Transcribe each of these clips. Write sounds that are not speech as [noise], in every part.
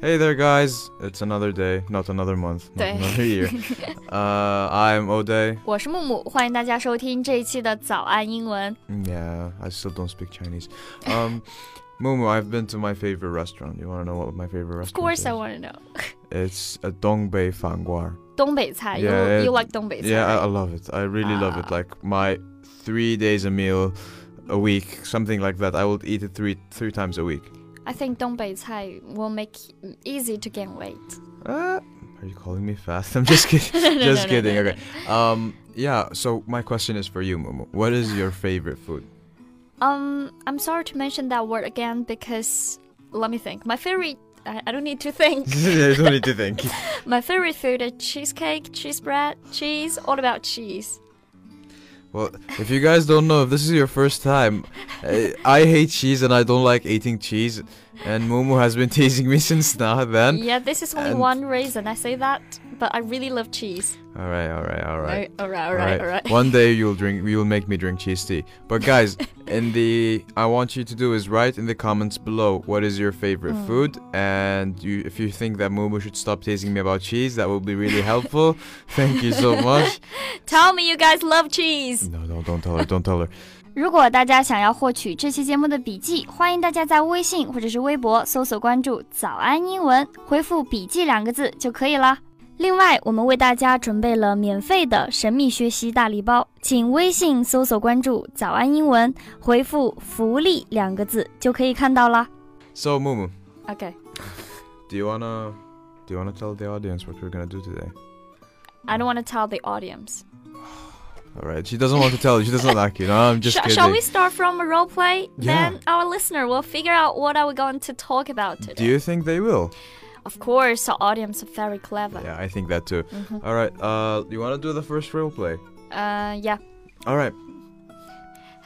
Hey there, guys! It's another day, not another month, not [laughs] 对 another year. uh, I'm Oday. [laughs] 我是木木，欢迎大家收听这一期的早安英 [laughs] 文。 Yeah, I still don't speak Chinese. [laughs] Um, Mumu, I've been to my favorite restaurant. You want to know what my favorite Of restaurant course, is? I want to know It's a Dongbei Fanguar. 东北菜。You Yeah, you like 东北菜 Yeah, uh, I, I love it. I really love it. Ah. Like my three days a meal a week, something like that. I will eat it three three times a week. I think 东北菜 will make it easy to gain weight. Uh, are you calling me fast? [laughs] I'm [laughs] just kidding. No, no, no, just no, kidding. no, no. okay. Um, yeah. So my question is for you, Mumu. What is your favorite food? Um, I'm sorry to mention that word again because let me think. My favorite. I, I don't need [laughs] to think. I don't need to think. [laughs] My favorite food is cheesecake, cheese bread, cheese. All about cheese. Well, if you guys don't know, if this is your first [laughs] time, I, I hate cheese and I don't like eating cheese. And Mumu has been [laughs] teasing me since now then. yeah, this is only and- one reason I say that, but I really love cheese. All right, all right, all right. All right, all right, all right. One day you'll drink, you'll make me drink cheese tea. But guys, in the I want you to do is write in the comments below what is your favorite Mm. food, and you, if you think that Mumu should stop teasing me about cheese, that would be really [laughs] helpful. Thank you so much. [laughs] Tell me you guys love cheese. No, no, don't tell her, don't tell her. 如果大家想要获取这期节目的笔记，欢迎大家在微信或者是微博搜索关注“早安英文”，回复“笔记”两个字就可以了。另外，我们为大家准备了免费的神秘学习大礼包，请微信搜索关注“早安英文”，回复“福利”两个字就可以看到了。 So Mumu, Okay. do you wanna do you wanna tell the audience what we're gonna do today? I don't want to tell the audience. All right, she doesn't want to tell you. She doesn't like you. No, I'm just Sh- kidding. shall we start from a role play? Yeah. Then our listener will figure out what are we going to talk about Do today. you think they will? Of course, our audience are very clever. Yeah, I think that too. Mhm. All right, uh, you wanna do the first role play? Uh, yeah. All right.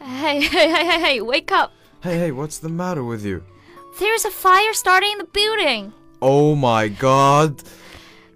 Hey, [laughs] hey, hey, hey, hey! Wake up! Hey, hey, what's the matter with you? There's a fire starting in the building. Oh my god.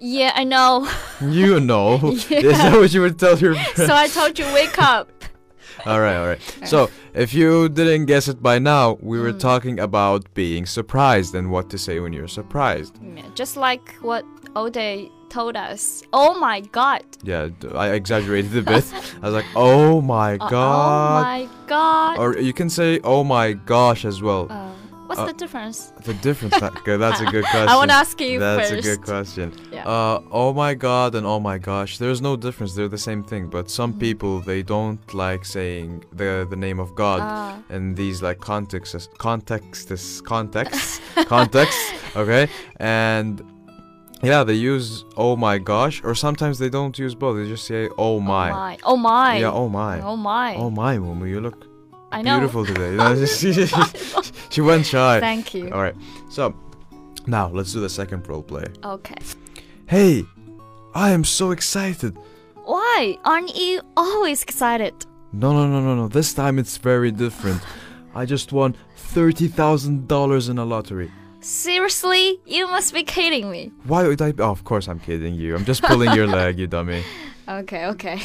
Yeah, I know. [laughs] You know. [laughs] Yeah. Is that what you would tell your so I told you wake up. [laughs] Alright, alright. So if you didn't guess it by now, we were Mm. talking about being surprised and what to say when you're surprised. Yeah, just like what Ode told us. Oh my god! Yeah, d- I [laughs] exaggerated a bit. I was like, oh my Uh, Oh god. my god! Or you can say, oh my gosh as well. Uh, what's Uh, the difference? The difference. That, okay, that's a good question. [laughs] I want to ask you That's first. a good question. Yeah. Uh, oh my god and oh my gosh. There's no difference. They're the same thing. But Mm-hmm. some people they don't like saying the the name of God Ah. in these like contexts, contexts, [laughs] contexts, contexts. Okay, and yeah, they use oh my gosh, or sometimes they don't use both. They just say oh my. Oh my. Yeah, oh my. Oh my. Oh my, Mumu, you look I know. beautiful [laughs] today. You know, [laughs] [laughs] she, she went shy. Thank you. All right, so now let's do the second role play. Okay. Hey, I am so excited. Why aren't you always excited? No, no, no, no, no. This time it's very different. I just won $30,000 in a lottery. Seriously? You must be kidding me. Why would I? Oh, of course, I'm kidding you. I'm just pulling your leg, you dummy. Okay, okay.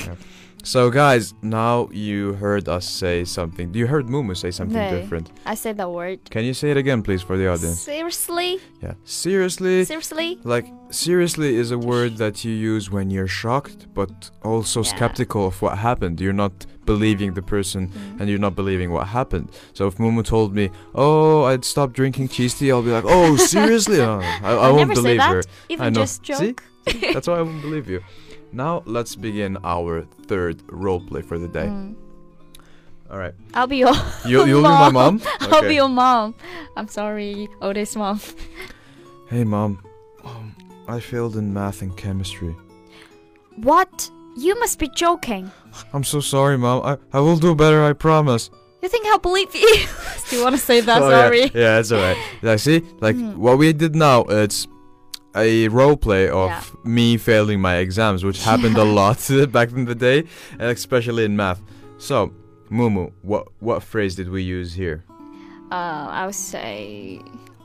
So, guys, now you heard us say something. You heard Mumu say something They. different. I said the word. Can you say it again, please, for the audience? Seriously? Yeah. Seriously? Seriously? Like, seriously is a word that you use when you're shocked, but also Yeah. skeptical of what happened. You're not believing the person and you're not believing what happened. So if Mumu told me, oh, I'd stop drinking cheese tea, I'll be like, [laughs] oh, seriously? Oh, I, I I'll won't never say believe that. [laughs] her. Even I know. just joke. See? [laughs] That's why I won't believe you. Now let's begin our third role play for the day. [laughs] Mm. All right. I'll be your [laughs] You, you'll be my mom? [laughs] I'll be Okay. your mom. I'm sorry, Otis mom. Hey, mom. Um, I failed in math and chemistry. What? You must be joking. I'm so sorry, mom. I, I will do better, I promise. You think I'll believe you? [laughs] Do you want to say that? Oh, yeah. sorry. Yeah, that's all right. Like, see, like Mm. what we did now, it's a role play of Yeah. me failing my exams, which happened a lot [laughs] [laughs] back in the day, and especially in math. So, Mumu, what what phrase did we use here? Uh, I would say,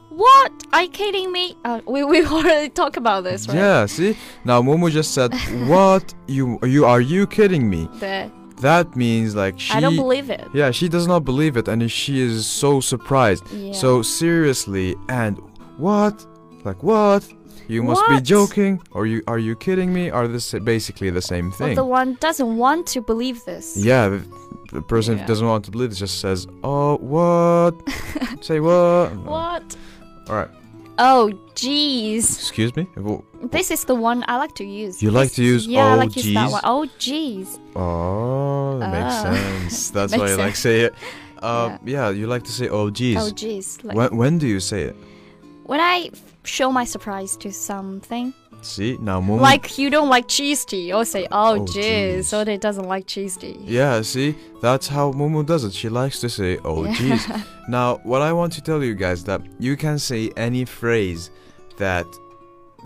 what? Are you kidding me? Uh, we [laughs] we already talked about this, right? Yeah, see, now Mumu just [laughs] said, "What you you are you kidding me?" The, That means like she. I don't believe it. yeah, she does not believe it, and she is so surprised. Yeah. So seriously, and what? Like what? You must be What? joking. Or you are you kidding me? Are this basically the same But thing? the one doesn't want to believe this. yeah, the, the person Yeah. who doesn't want to believe it just says, "Oh, [laughs] what? Say what?" What? All right. Oh, jeez. Excuse me. Well, This is the one I like to use. You like This- to use yeah, I oh, like to use that jeez? one. Oh, jeez. Oh, that makes Oh. [laughs] sense. That's Makes why you like sense. say [laughs] it. Uh, yeah. you like to say "oh geez." Oh, jeez. Like, when when do you say it? when I f- show my surprise to something, See now, moment. like you don't like cheese tea, I'll say, oh, Oh, jeez. jeez. So they doesn't like cheese tea. Yeah, see, that's how Momo does it. She likes to say, oh, [laughs] geez. Now, what I want to tell you guys that you can say any phrase that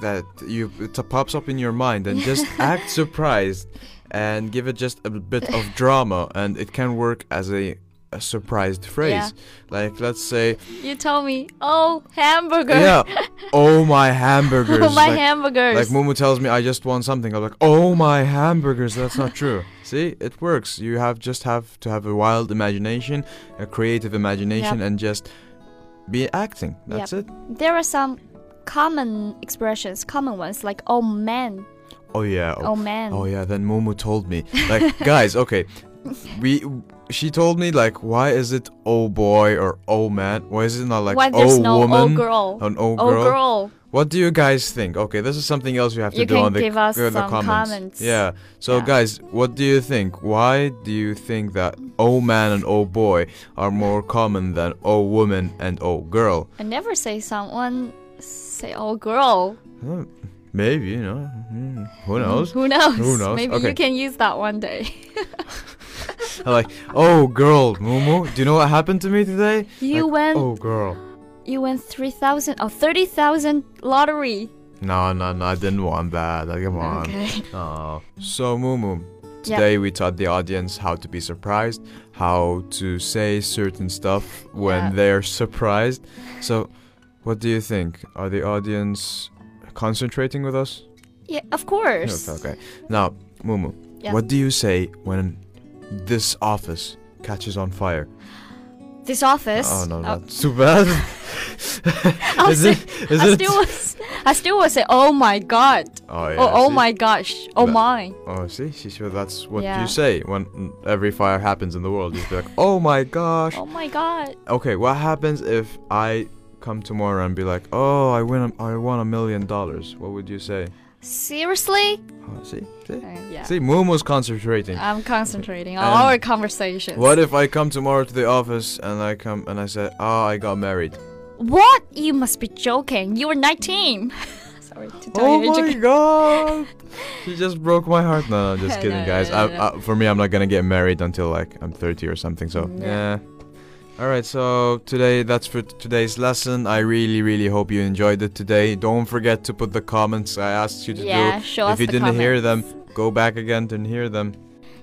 that you it pops up in your mind and [laughs] just act surprised and give it just a bit of drama and it can work as a, a surprised phrase. Like let's say, You tell me, oh, hamburger. yeah, [laughs] oh my hamburgers. oh, [laughs] my like, hamburgers. like Mumu tells me I just want something. I'm like, oh my hamburgers. That's not [laughs] true. See, it works. You have just have to have a wild imagination, a creative imagination, and just be acting. That's it. there are some common expressions, common ones like "oh man," Oh yeah. "oh, man." Oh yeah, then Momo told [laughs] me. Like, guys, okay. We she told me like why is it oh boy or oh man? Why is it not like Why there's oh no woman? "oh girl"? An oh "Oh girl. girl," What do you guys think? Okay, this is something else you have to You do can on the, give us uh, the some comments. comments. Yeah. So Yeah. guys, what do you think? Why do you think that oh man and oh boy are more common than oh woman and oh girl? I never say someone say "oh girl." Hmm, Maybe, you know. hmm, Mm-hmm. Who knows? Who knows? Who knows? Maybe Okay. you can use that one day. [laughs] like, oh girl, Mumu, do you know what happened to me today? You Like, went, Oh girl. you went three thousand or thirty thousand lottery. No, no, no, I didn't want that. Like, come on. Okay. [laughs] Oh. So, Mumu, Yeah. today we taught the audience how to be surprised, how to say certain stuff when Yeah. they're surprised. So, what do you think? Are the audience concentrating with us? Yeah, of Yes. course. Okay. Now, Mumu, Yeah. what do you say when this office catches on fire? This office. uh, Oh, no, that's too bad. [laughs] I'll is say- it? Is I it? still was, [laughs] I still will say, "oh my god," oh, yeah, or "oh see? my gosh," "oh That- my." Oh, see, see, so that's what Yeah. you say when every fire happens in the world. You'd be like, "Oh my gosh!" Oh my god. Okay, what happens if I come tomorrow and be like, "Oh, I win, a, I won a million dollars"? What would you say? Seriously? Oh, see, see, Uh, yeah. Ah, see, Moon was concentrating. I'm concentrating on Um, our conversations. What if I come tomorrow to the office and I come and I say, "Oh, I got married"? What? You must be joking. You were 19. [laughs] Sorry to tell oh [laughs] you. my educa- god! [laughs] She just broke my heart. No, no, just No, kidding, no, guys. no, I, no. I, for me, I'm not gonna get married until like I'm 30 or something. So No. yeah. All right. So today, that's for t- today's lesson. I really, really hope you enjoyed it today. Don't forget to put the comments I asked you to Yeah, do. show if us you the didn't hear them, comments. go back again and hear them.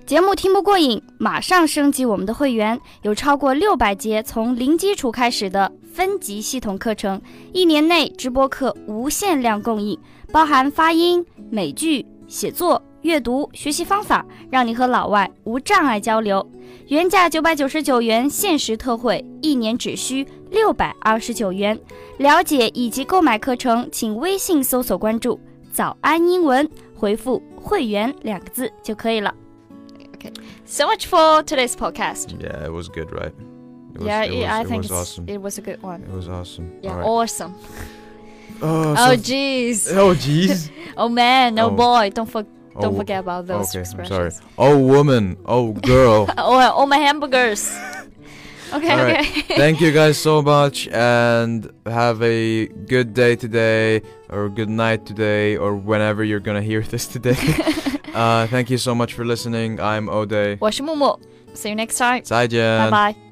节目听不过瘾，马上升级我们的会员，有超过六百节从零基础开始的分级系统课程，一年内直播课无限量供应，包含发音、美剧、写作、阅读、学习方法，让你和老外无障碍交流。原价九百九十九元，限时特惠，一年只需六百二十九元。了解以及购买课程，请微信搜索关注“早安英文”，回复“会员”两个字就可以了。 So much for today's podcast. Yeah, it was good, right? It was, yeah, it was, I it think was it's- awesome. it was a good one. It was awesome. Yeah, All right. awesome. Oh, Oh, so- jeez. [laughs] oh, jeez. Oh, man. Oh, Oh. boy. Don't, for- [laughs] don't Oh, forget about those okay, I'm sorry. expressions. [laughs] Oh, woman. Oh, girl. Oh, oh, my hamburgers. [laughs] okay, All right. okay. Thank [laughs] you guys so much and have a good day today or good night today or whenever you're gonna hear this today. uh, thank you so much for listening. I'm Ode. 我是木木。See you next time. Zaijian. Bye bye.